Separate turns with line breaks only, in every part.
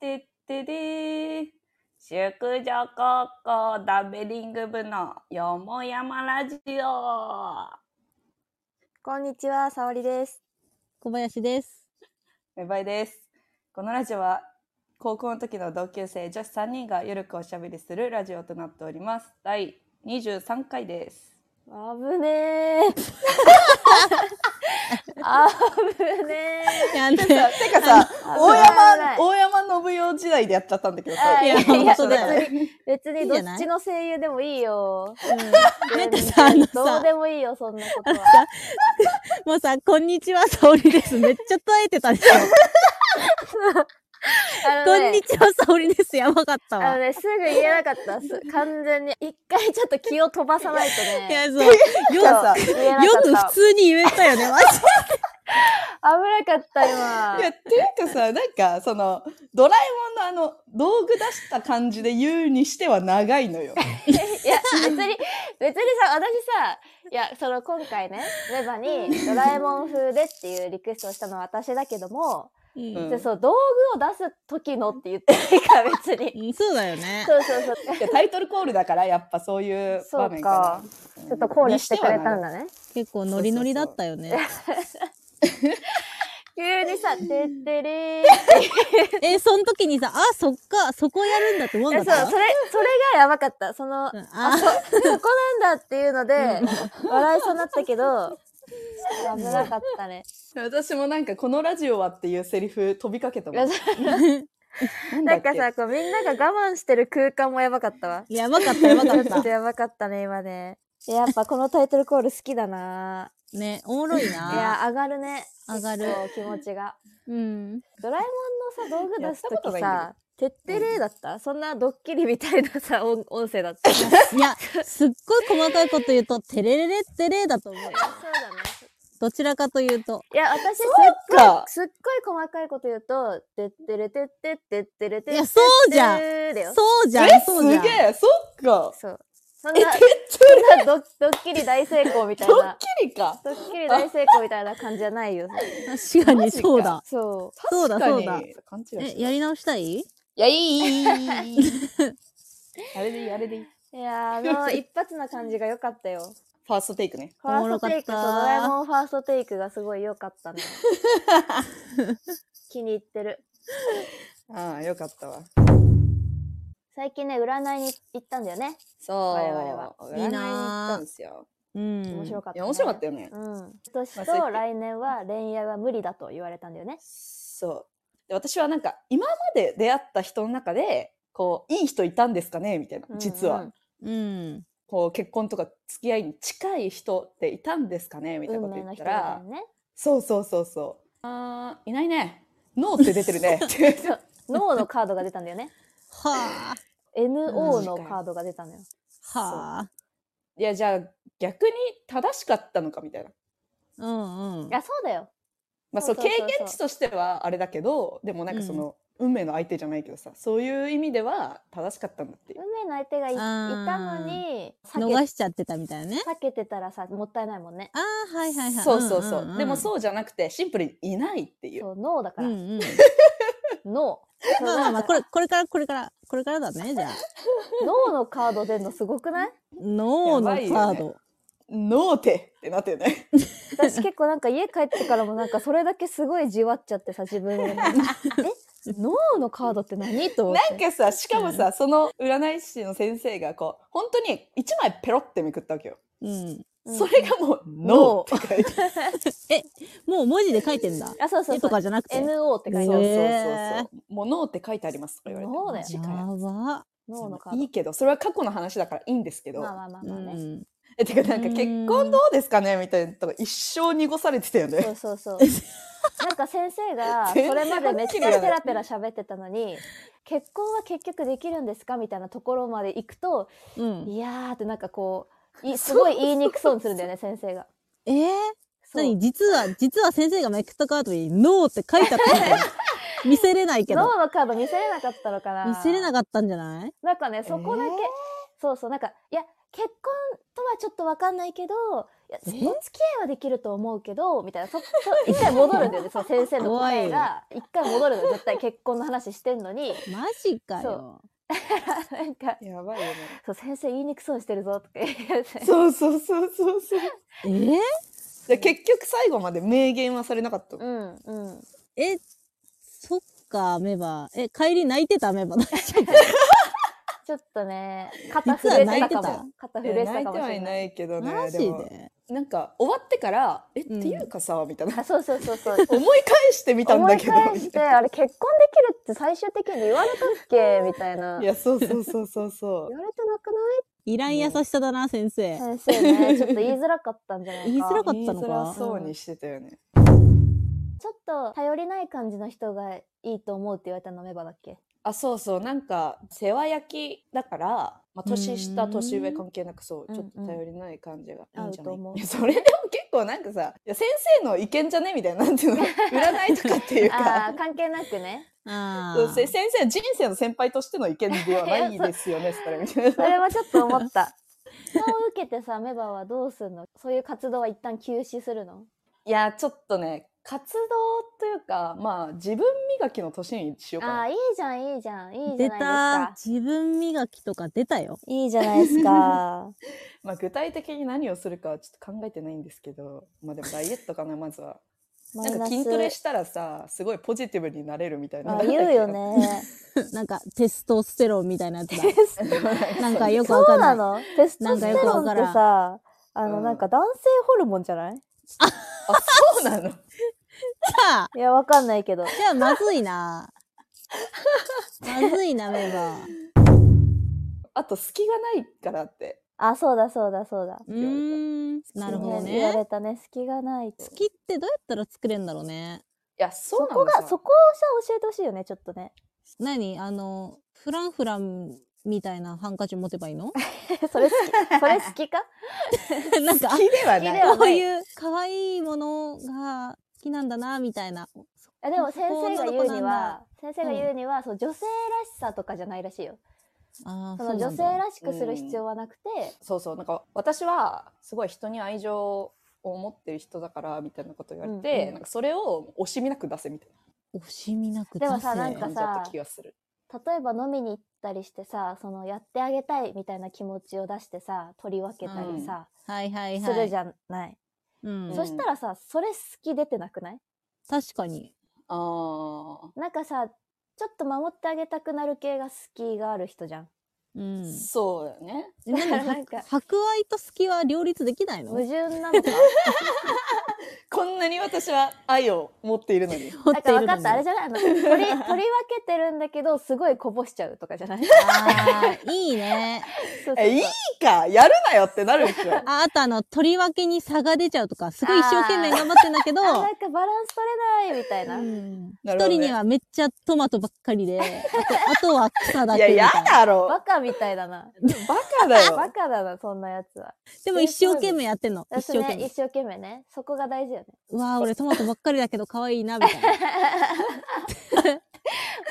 てってでー。宿女高校ダベリング部のよもやまラジオ。
こんにちは、さおりです。
小林です。
めばいです。このラジオは高校の時の同級生女子3人がゆるくおしゃべりするラジオとなっております。第23回です。
あぶねえ。あぶねえ。
やん ね。
てかさ、大山、
お
大山信代時代でやっちゃったんだけどさ。
いや
いや本当だよ
別に、別に
いい
ど
じ
っ
ゃない
ちの声優でもいいよ。
なんかさあのさ
どうでもいいよ、そんなことは。
もうさ、こんにちは、沙織です。めっちゃ耐えてたでしょ。
あ
こ
の
んに
ね、
ちは、沙織です。やばかった
あの
わ。
ね、すぐ言えなかった。す完全に。一回ちょっと気を飛ばさないと
い
ね。
や、そう。よく、
いやさ
よ
言えなか
く
った
普。通に言えたよね。マジ
危なかった、今
い。や、っていうかさ、なんか、その、ドラえもんのあの、道具出した感じで言うにしては長いのよ。
いや、別に、別にさ、私さ、いや、その今回ね、メバにドラえもん風でっていうリクエストをしたのは私だけども、
で。
うん
でそう、道具を出す時のって言ってないから、別に。
うん、そうだよね。
そうそうそう。
いやタイトルコールだから、やっぱそういう場
そう
面か
か
な。。
ちょっと考慮してくれたん
だ。
だね。
結構ノリノリだったよね。
急にさ、てってれー。
え、その時にさ、あ、そっか、そこやるんだって思うん
い
だ
やそう、
った
それ、それがやばかった。その、
うん
あ、
あ
そ、そこなんだっていうので、笑いそうになったけど、危なかったね。
私もなんか、このラジオはっていうセリフ飛びかけた
い
も
や
ん。
そう
なんだ
な
っ
ん
け
かさ、こうみんなが我慢してる空間もやばかったわ。
やばかった、やばかっ
ちょっと
た。
やばかったね、今ね。やっぱこのタイトルコール好きだな
ね、おもろい
い
な。
や、上がるね。
上がる
そう、気持ちが。
うん。
ドラえもんのさ、道具出す
やったこととな
き
いんだ
さ、てってれーだったそんなドッキリみたいなさ、音音声だった。そうだね。
いや、すっごい細かいこと言うと、テレレレッテレだと思うよ。どちらかというと。
いや、私、すっ
うか
ごい、すっごい細かいこと言うと、てってれてってってってれてって。
いやそうじゃん
んだよ。
そうじゃ
え
ん、
す
そうじゃん。
げえそっか
そう。そん
え、
な、
てっ
そ
て
んなドッドッキリ大成功みたい
ドッ
な。
キリか
ドッキリ大成功みたいな感じじゃないよ。
確か
マ
に
ジか
そうだ。
そう。
そうだ
確かに
そうだ
勘違いし
え、
て
やり直したい
いや、いい、いい、いい。あれでいい、あれでいい。
いやー、あの、一発な感じが良かったよ。
ファーストテイクね。
ファーストテイクと
おもろかっ
ド
た
ラえもんファーストテイクがすごい良かったね。気に入ってる。
ああ、よかったわ。
最近ね、占いに行ったんだよね。
そう。
我々はい
いなー。占いに行ったんですよ。
うん。
面白かった、
い
ね。
や、面白かったよね。
うん。今年
忘れて
と来年は恋愛は無理だと言われたんだよね。
そう。で私はなんか、今まで出会った人の中で、こう、いい人いたんですかねみたいな
う。ん
実は。。
うん。
こう、結婚とか付き合いに近い人っていたんですかねみたいな
運
こと言っ
命の
た
人みたいな
ら、
ね。
そうそうそうそう。あー、いないね。ノーって出てるね。って
そう脳のカードが出たんだよね。
はあ。
NO のカードが出たのよ。
はあ。
いや、じゃあ、逆に正しかったのかみたいな。
うんうん
い。や、そうだよ。
まあ、そう
そうそうそうそう
経験値としてはあれだけどでもなんかその、運命の相手じゃないけどさそういう意味では正しかったんだってい
運
う
命の相手がいい
あ
た
ー
のに、避
逃しちゃってたみたいなね
け。避けてたらさ、もったいないもんね。
ああ、はいはいはい。
そうそうそう,、
んんん
でもそうじゃなくてシンプルにいないっていう
そう、脳だか
う
ら。
んうん。
脳。
まあまあまあ、こ
れ。
れ、これから、これから、これからだね、じゃあ。
脳のカード出んのすごくない
脳のカ
やば
ー
いよ
ド。
ノーテってなってるね
私結構なんか家帰ってからもなんかそれだけすごいじわっちゃってさ、自分で。え脳のカードって何と思っ
なん
て。
かさしかもさ、その占い師の先生がこう本当に一枚ペロってめくったわけよ、
うん。
うん
それがもうノーって書いてある
もう文字で書いてんだ。
あ、そうそう
絵
そ
と
う。
かじゃなくて。や
NO って書いて
そうそうそ
ある。
う
へー
そうもうノーって書いてありますとか言われて
そうだよ
マジかよ
ば。
脳のカー
い
ド
い。けどそれは過去の話だからいいんですけど、
まあまあまあ
う
まあね。
ん。
えてかなんか
うん
結婚どうですかねみたいなとか一生濁されてたよ
そ
ね。
うそうそう。なんか先生がそ
全然
れまでめっち
はっきり
ゃ
は
ペ
ね
ラペラ喋ってたのに、結婚は結局できるんですかみたいなところまで行くと、
うん。
いやーってなんかこう、いすごい言いにくそうにするんだよね、先生が。
えー
そう
何実は、実は先生がめくったカードに脳って書いてあったみたいな。見せれないけど。
脳のカード見せれなかったのかな
見せれな
かっ
かったんじゃない
た。なんかね、そこだけ、
えー
そうそう、なんか、いや、結婚とはちょっとわかんないけど、いや、お
え
付き合いはできると思うけど、みたい な、そ、そ、一回戻るんだよね、そう、先生の答えが。一回戻るの、絶対結婚の話してん のに。
マジかよ。
なんか、
やばいよね。
そう、先生言いにくそうにしてるぞ、とか言って。
そうそうそうそうそう。
えー
で結局最後まで明言はされなかった。
うん、うん。
え、そっか、アメバ。え、帰り泣いてたアメバ。大丈夫
ちょっとね、肩震えてたか
実は泣いてた
も。肩震
い
え
や
て
泣い
たか
て
もし
は
れ
い
な。
ないいけど ね。
マジ
も
で
なんか終わってから「えっ?」て
うん
いうかさみたいな
あ、そうそうそうそう。
思い返してみたん
思
だ
い
けど
返
み
したて、
いな
あれ結婚できるって最終的に言われたっけみたいな。
い
言わ
やそうそうそうそうそ
れてなくない
いらん優しさだな、先生。
先生ね、ちょっと言いづらかったんじゃないか。
言いづら
う
か っ
言い
たの
づら
か。
そうにしてたよね
ちょっと頼りない感じの人がいいと思うって言われたのメバだっけ
あそうそうなんか世話焼きだから、まあ、年下年上関係なくそうちょっと頼りない感じがいいんじゃない、
うんうん合うと思う
いや それでも結構なんかさ「いや先生の意見じゃね?」みたいななんていうの占いとかっていう
あ
か
あー、関係なくね。
あ
そうせ先生は人生の先輩としての意見ではないですよねそれみたい
そ
な。
れはちょっと思った。そう受けてさ、メバはどうすんのそういう活動は一旦休止するの
いやちょっとね活動というかまあ自分磨きの年にしようか
あ
な
あ、いいじゃん、いいじゃん、いいじ
出
ゃない
た
ですか。。
自分磨きとか出たよ。
いいじゃない ですか。
まあ、具体的に何をするかはちょっと考えてないんですけどまあでもダイエットかなまずは
マ
な
イ
ん
ナ
か
ス
筋トレしたらさすごいポジティブになれるみたいな
あ言うよね。
なんか、テストステロンみたいな やつだ。なんかよく
そ
わか
うん
な。
ないのテス
な
ト
ん
ス
か
テ
よく
ロ
わ
ンっ
か
て
らん
さ、あ
う
の、
ん
なんか男性ホルモンじゃない
あそうなの
じゃあ、
いや、わかんないけど。
じゃあ、まずいな。まずいな、メバ。
あと隙がないからって
あ、そうだそうだそうだ。
うーん。なるほど
言わ
ね。
れたね、隙がないと。
好きってどうやったら作れるんだろうね。
いや
そ
そうな
こ
の
が、
さ
そこをさ、教えてほしいよね、ちょっとね。
何あの、フランフランみたいなハンカチ持てばいいの
それ好き、それ好きか
なんか、あ
隙では
隙
な
で
い
は
こういう可愛いものが好きなんだな、みたいな。
あでも先生が言う
女の
に
子なん
は、先生が言うには、そう、女性らしさとかじゃないらしいよ。
ああ、
そ
そ
の
う
女
なん
性
だ。
らしくする必要はなくて、
そうそうなんか私はすごい人に愛情を持ってる人だからみたいなこと言われて、
うんうん
なんかそれを惜しみなく出せみたい
惜しみなく
でもさ
出せ
なん
な
か
感
さ
じだった気がする
例えば飲みに行ったりしてさ、そのやってあげたいみたいな気持ちを出してさ、取り分けたりさ、
はいはいはい。
するじゃない。
うん。
そしたらさ、それ好き出てなくない
確かに。
あー
なんかさ、ちょっと守ってあげたくなる系が好きがある人じゃん。
うん。
そうだよね
えで も
なん
博
か
博愛と好きは両立できないの
矛盾なのか
こんなに私は愛を持っているのに
持
なんか
ってい
分
る
かっ
のに
た、あれじゃないあの、取り、取り 分けてるんだけど、すごいこぼしちゃうとかじゃ ない
あーいいね。
そうそうそう
えいいかやるなよってなるでしょ
ああとあの、取り分けに差が出ちゃうとか、すごい一生懸命頑張ってんだけど、
あなんかバランス取れないみたいな。
うん
なる
一
ほどね
人にはめっちゃトマトばっかりで、あとあとは草だ
い
け
や
みた
や
いな。
だろ
バカみたいだな。
バカだよ
バカだな、そんなやつは。
でも一生懸命やってんの。一
私
生懸
ね、
命
一。生懸命ね。そこが大事よね。
うわあ、俺トマトばっかりだけど可愛いな、みた いな。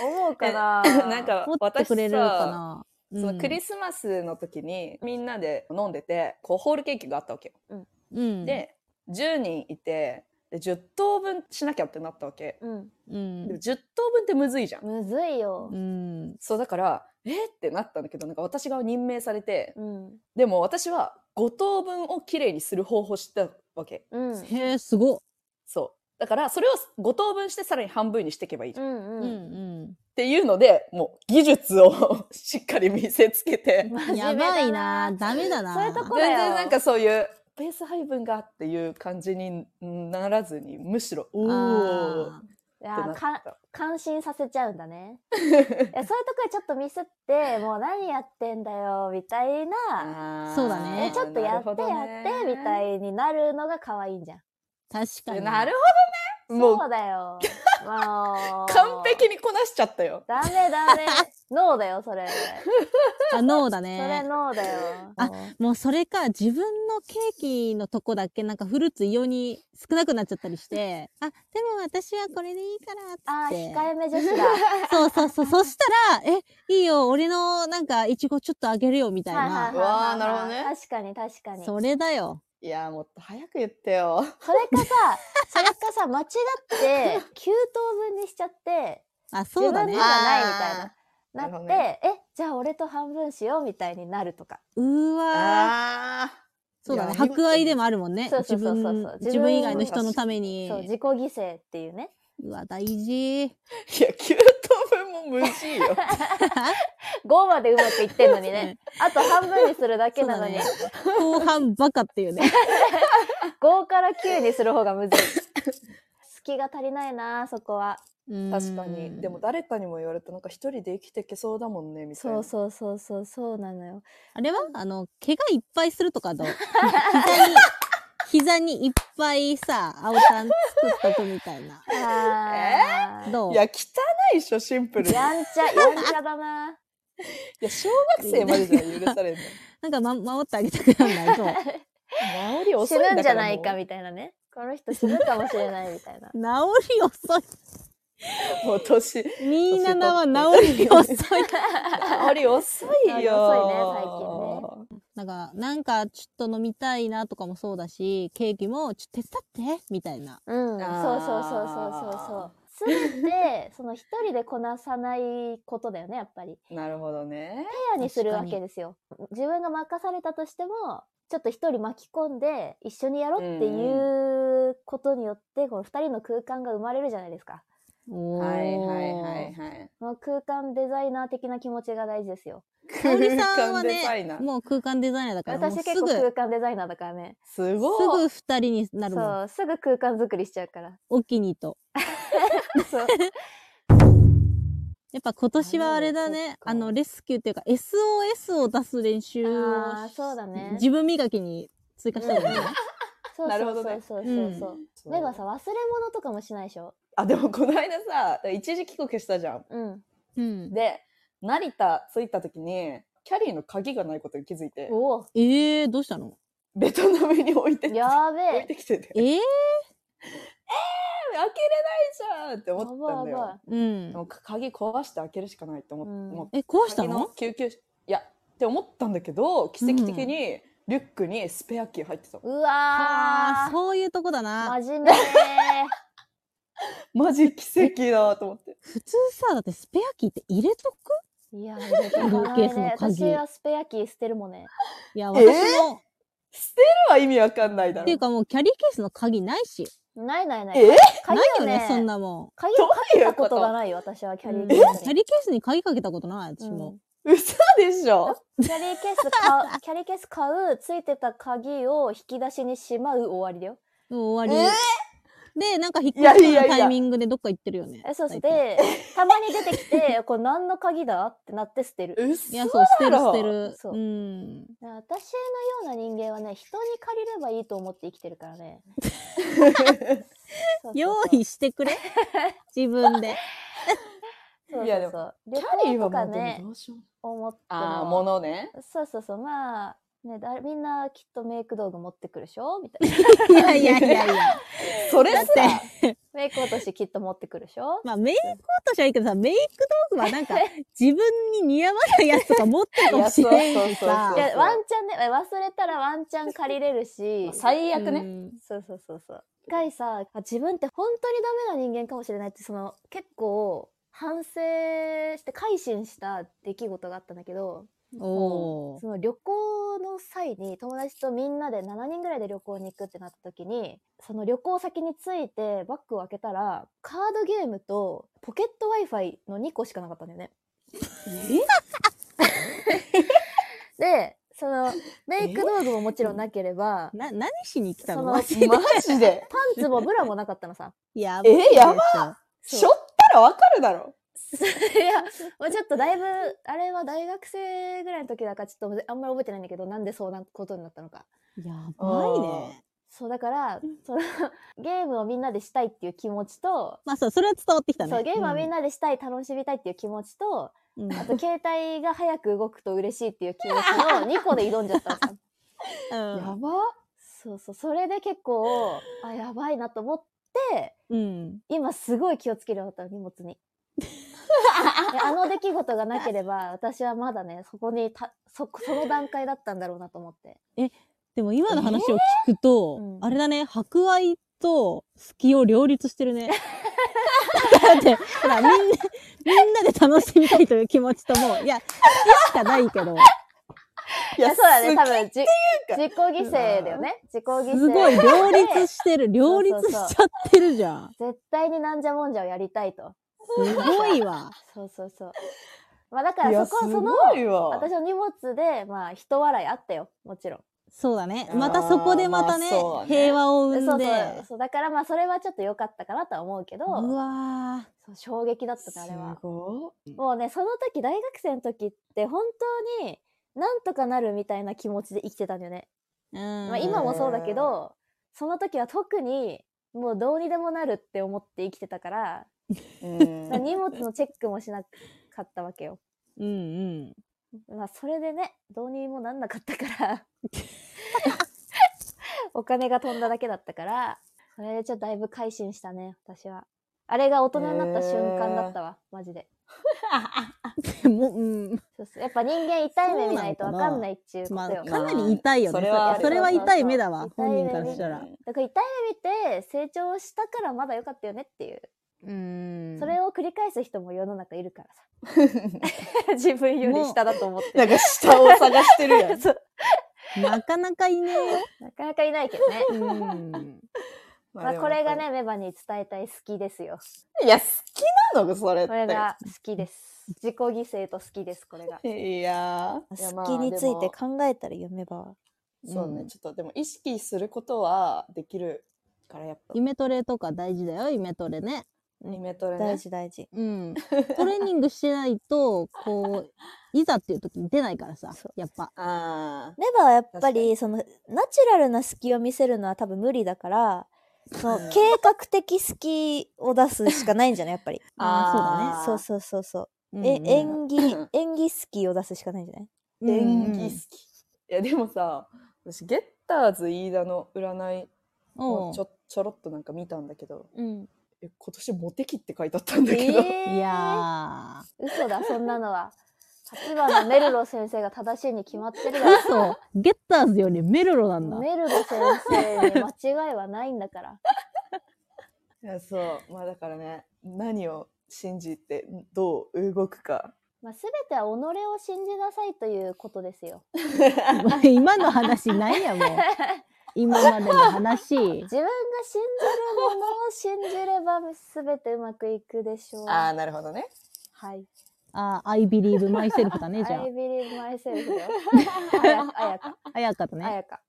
思うか な
なんか
持って
私
くれるか
さ
な。
そのクリ
ス、
スマスの時にみんなで飲んでてこうホールケーキがあったわけよ、
うん、
で10人いてで10等分しなきゃってなったわけ、
うん。
うん
でも。10等分ってむずいじゃん、
むずいよ
う。ん。
そうだからえっってなったんだけどなんか私が任命されて
うん。
でも私は5等分をきれいにする方法を知ってたわけ
うん。
へえ、すごっ。
そうだからそれを5等分してさらに半分にしていけばいいじゃん
うん
う
うん。
ん
っていうので、もう技術を しっかり見せつけて、
うん。やばいな。ダメだな。
そういうとこだよ
全然なんかそういうペース配分がっていう感じにならずに、むしろ、おーっ
あ
い
てな
や
っ
か
た。
感心させちゃうんだ ね。いやそういうとこでちょっとミスって、もう何やってんだよ、みたいな。
あー
そうだね
えちょっとやってやって、みた
い
いになるのが可愛いんじゃん。
ー確か
な。
に。
なるほどね。もう
そうだよ。まあ、
完璧にこなしちゃったよ。
ダメ ダメ。ノーだよ、それ。
あ、ノーだ
それ
ね。
ノーだよ。
あもうそれか、自分のケーキのとこだけなんかフルーツ異様に少なくなっちゃったり して、あ、でも私はこれでいいから
あー、
っつって。
控えめ 女子だ。は
そうそう そう。そしたら、え、いいよ、俺のなんかイチゴちょっとあげるよみたい
いはいはいはい
う
な。
わーなるほどね
確かに確かに。
それだよ。
いやーもっと早く言ってよ。
それかさ、 それかさ、間違って、9等分にしちゃって、
あ、そうだ
自分
ね
の。がないみたいな。な
な
っ
る
て
ほど、ね
え、じゃあ俺と半分しようみたいになるとか。
うーわー。
あ
そうだね。
いや
博愛でもあるもんね。
そうそ
自
うそうそう
分、
自
自
分
分以外の人のために
そう、。自己犠牲っていうね。
うわ、大事。
ー。いや、9等分も無事 よ。
5までうまくいってんのに
そう
ね。あと半分にするだけなのに、
そう 後半バカっていう ね。
5から9にする方がむずい。 隙が足りないな、そこは。
確かに。でも
だ。
誰かにも言われた、なんか一人で生きていけそうだもんね、みたい
そ
な。
うそうそうそう、そうなのよ。
あれはあの、怪我いっぱいすると かどう膝に、膝にいっぱいさ、青タン作っとくみたいな。
あー
どう
いや、汚いっしょ、シンプルに。いや、
やんちゃ、やんちゃだな。
小学生までじゃ許されんの。
なんか、ま、守ってあげたくなん ないと。。
治り 遅
死
いんだから
ぬんじゃないか
も
みたいなね。この人死ぬかもしれないみたいな
治り遅
うもう年、治
い。みんな名は治り遅い。
り遅いよ。
治り遅
なんか、なんかちょっと飲みたいなとかもそうだし、ケーキもちょっと手伝って、みたいな。
うん、そう
あー
そうそうそうそうそう。すべて、その一人でこなさないことだよね、やっぱり。
なるほどね。
ペアにするわ
確か
け
に
ですよ。自分が任されたとしても、ちょっと一人巻き込んで一緒にやろうっていうことによって、この二人の空間が生まれるじゃないですか。
おー
はいはいはいはい。
この空間デザイナー的な気持ちが大事ですよ。
香織さ
空
んは
間デザイナ
ね、
ー
もう空間デザイナーだから、も
私
う
結
す
構
ぐ、
空
す
間デザイナーだからね。
すごい。
ぐ二人になるもん。
そう、すぐ空間作りしちゃうから。
お気に入りと。
そう。
やっぱ今年はあれだね、
あー
あ
そっか
の、レスキューっていうか、SOS を出す練習
あー、
を
そうだね
自分磨きに追加したのね。
そう
なる
そ
ほど
うそ
ね
うそうそうそう。
そう
目がさ、忘れ物とかもしないでしょ。
あ、でもこの間さ、一時帰国したじゃん。
うん。
う ん。
で、成田着いた時に、キャリーの鍵がないことに気づいて、
おお。
えー、どうしたの
ベトナムに置いてて、
やーべ
置い
え。
てきてて、
えー、
開けれないじゃんって思ったんだ
やばいや
よ。
うん
で。も鍵壊して開けるしかないって思っ
うん
思って、
え、こうした
鍵
の
救急車、いや、って思ったんだけど、奇跡的にリュックにスペアキー入ってた。
う
あ
わ
ー、
ー。
そういうとこだな。
真面目。
マジ奇跡だと思って。
普通さ、だってスペアキーって入れとく
いや、入れとかないね。
ケースの
私
鍵
はスペアキー捨てるもんね。
いや、
え
私
ー
も、
捨てるは意味わかんないだ
って
ろ
いう。かもうキャリーケースの鍵ないし。
ないないない。
え
鍵
ない
を
よね、そん
ね、
なも
鍵
ど
をか
う
け
い
た
うこ
こととがないよ、私はキ
ん。
ャリー
う
ケ
ん
ース
キャ
に。
リーケースに鍵かけたことない、私
う
も
ん。
嘘でしょ
キャリーケース買う、 キャリーケース買う、ついてた鍵を引き出しにしまう終わりだよ。
もう終わ
え
り。で、なんか引っ越し
いやいや
の
いや
タイミングでどっか行ってるよね。
え、そうそう。
大体
で、たまに出てきて、 これ何の鍵だってなって捨てる。
嘘
いや、そう、捨てる
だろ
捨てる。
そう
うん。
私のような人間はね、人に借りればいいと思って生きてるからね。そうそうそう
用意してくれ自分で。
そうそうそう
いやでも
旅
キャリ
行
ーは
と
も
か
うでも
ね
ど、うしよう。
思っても。
ああ、ものね。
そうそうそう、まあ、ね、だみんなきっとメイク道具持ってくるでしょみた いな。
いやいやいやいや。
それ
だ
さ
っ、
メイク落としきっと持ってくるでしょ
まあメイク落としはいいけどさ、メイク道具はなんか自分に似合わないやつとか持ってるかもしれ
い
んし
や
さ
い。
そう。
や、ワンチャンね、え忘れたらワンチャン借りれるし
最悪
う
ね。
ん
そうそうそうそう。一回さ、あ自分って本当にダメな人間かもしれないって、その、結構、反省して改心した出来事があったんだけど、
おー
その旅行の際に友達とみんなで7人ぐらいで旅行に行くってなった時にその旅行先に着いてバッグを開けたらカードゲームとポケット w i f i の2個しかなかったんだよね。でそのメイク道具ももちろんなければ
な、何しに来たの
その
マジで
マジで。
パンツもブラもなかったのさ。
やばいでしょ
え、やばしょったらわかるだろ。
いやもうちょっとだいぶあれは大学生ぐらいの時だからちょっとあんまり覚えてないんだけどなんでそうなことになったのか。
やばいね。
そうだからそのゲームをみんなでしたいっていう気持ちと、
まあそう、それは伝わってきたね。
そうゲームはみん
な、
なでしたい、楽しみたいっていう気持ちと
うん
あと携帯が早く動くと嬉しいっていう気持ちの2個で挑んじゃったんですよ。
やば
そうそうそれで結構あやばいなと思って
うん。
今すごい気をつけるようになった荷物に。であの出来事がなければ私はまだねそこにたそその段階だったんだろうなと思って
でも今の話を聞くと、
えーうん
あれだね、博愛と好きを両立して るね。だって、ほら、みんな、みんなで楽しみたいという気持ちともう、いや、好きしかないけ
い
ど、
いやそうだね多
好き
分じ
か
自己犠牲だよね自己犠牲
すごい両立
で
してる、両立しちゃってるじゃん。
絶対になんじゃもんじゃをやりたいと
すごいわ。
そうそうそうまあだか
い
ら
や
そこ
す
その
ごいわ
私の荷物でまあ人笑いあったよもちろん
そうだね
あ。ー
またそこでまたね、
まあそうだね
平和を生
そ
ん
う
で。
そうそうだからまあそれはちょっと良かったかなとは思うけど
うわ
そう衝撃だったねあれは
すごい
もうねその時大学生の時って本当になんとかなるみたいな気持ちで生きてたんだよね、
ー。
まあ、今もそうだけどその時は特にもうどうにでもなるって思って生きてたから
うん
まあ荷物のチェックもしなかったわけよ
うんうん。
まあそれでねどうにもなんなかったからお金が飛んだだけだったからそれでちょっとだいぶ改心したね私はあれが大人になった瞬間だったわ、マジで
でも、うん。
そうそうやっぱ人間痛い目見ないとわかんないっちゅうこ
まあ、
とよ、
かなり痛いよね。
そ
そ
れ
れ
は
は、それは痛い目だ
そう
わ、
そうそう
本人からしたら。
だから痛い目見て成長したからまだ良かったよねっていう、
うん
それを繰り返す人も世の中いるからさ 自分より下だと思って
なんか下を探してるやん
そう
なかなかいね
なかなかいないけどね
えよ。うん。
まあこれがねメバに伝えたい好きですよ
いや好きなのそれって
これが好きです。自己犠牲と好きです、これ が。
いやーいやまあでも
考えたら夢ばは。
そうね、
うん
ちょっとでも意識することはできるからやっぱ
夢トレとか大事だよ、夢トレね。
夢トレね
大事。
うん。トレーニングしてないと、こう、いざっていう時に出ないからさ
そ、
やっぱ。
あ
レバーはやっ
確かに
そのナチュラルな好きを見せるのは多分無理だから、その
うん
画的好きを出すしかないんじゃないやっぱ り。
あー
そうそうそう。
うん
え、
うん
演技、演技好きを出すしかないんじゃない
ー演技好き、いやでもさ私ゲッターズ飯田の占い
うん
をちょちょろっとなんか見たんだけど
うん。
え今年モテ期って 書いてあったんだけど、
えー
いや
嘘だ、そんなのは。立花メルロ先生が正しいに決まってるだ
ー。
ろ。
嘘。ゲッターズよりメルロなんだ。
メルロ先生に間違いはないんだから。
いやそうまあだからね何を信じてどう動くか
まあ、すべては己を信じなさいということですよ。
今の話ないやもう。今までの話。
自分が信じるものを信じればすべてうまくいくでしょう。
ああ
は
なるほどね
い。
あ、I believe myself だね、じゃ
I believe myself だよ。あやあやか。
あ。あやかと
あ
ね。
やか。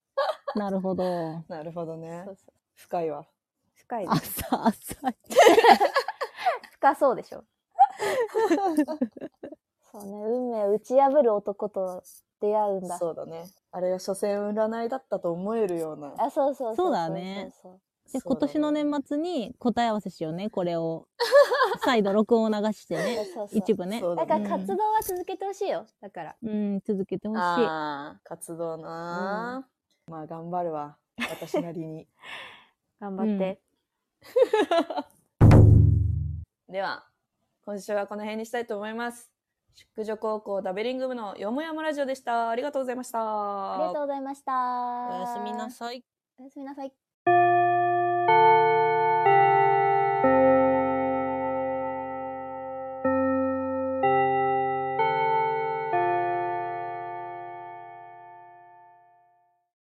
なるほど。
なるほどね
そうそう。
深いわ
深いね。
朝、朝。
深そうでしょ。 そうね。運命を打ち破る男と出会うんだ。
そうだねあれが所詮占いだったと思えるような
あ、そうそう
そうだね。
そう
そ
で、
う
今
だね
年の年末に答え合わせしようね、これ を。再度録音を流して
そう
ね。
そうそう
一部ね。
そう
だ
だ
か
ね
ら活動は続けてほしいよ。だから。
うん、続けてほしい。
あー活動なー、まあ頑張るわ私なりに
頑張って。
では今週はこの辺にしたいと思います宿女高校ダベリング部のよもやまラジオでしたありがとうございました
ありがとうございました。
おやすみなさい。
おやすみなさい。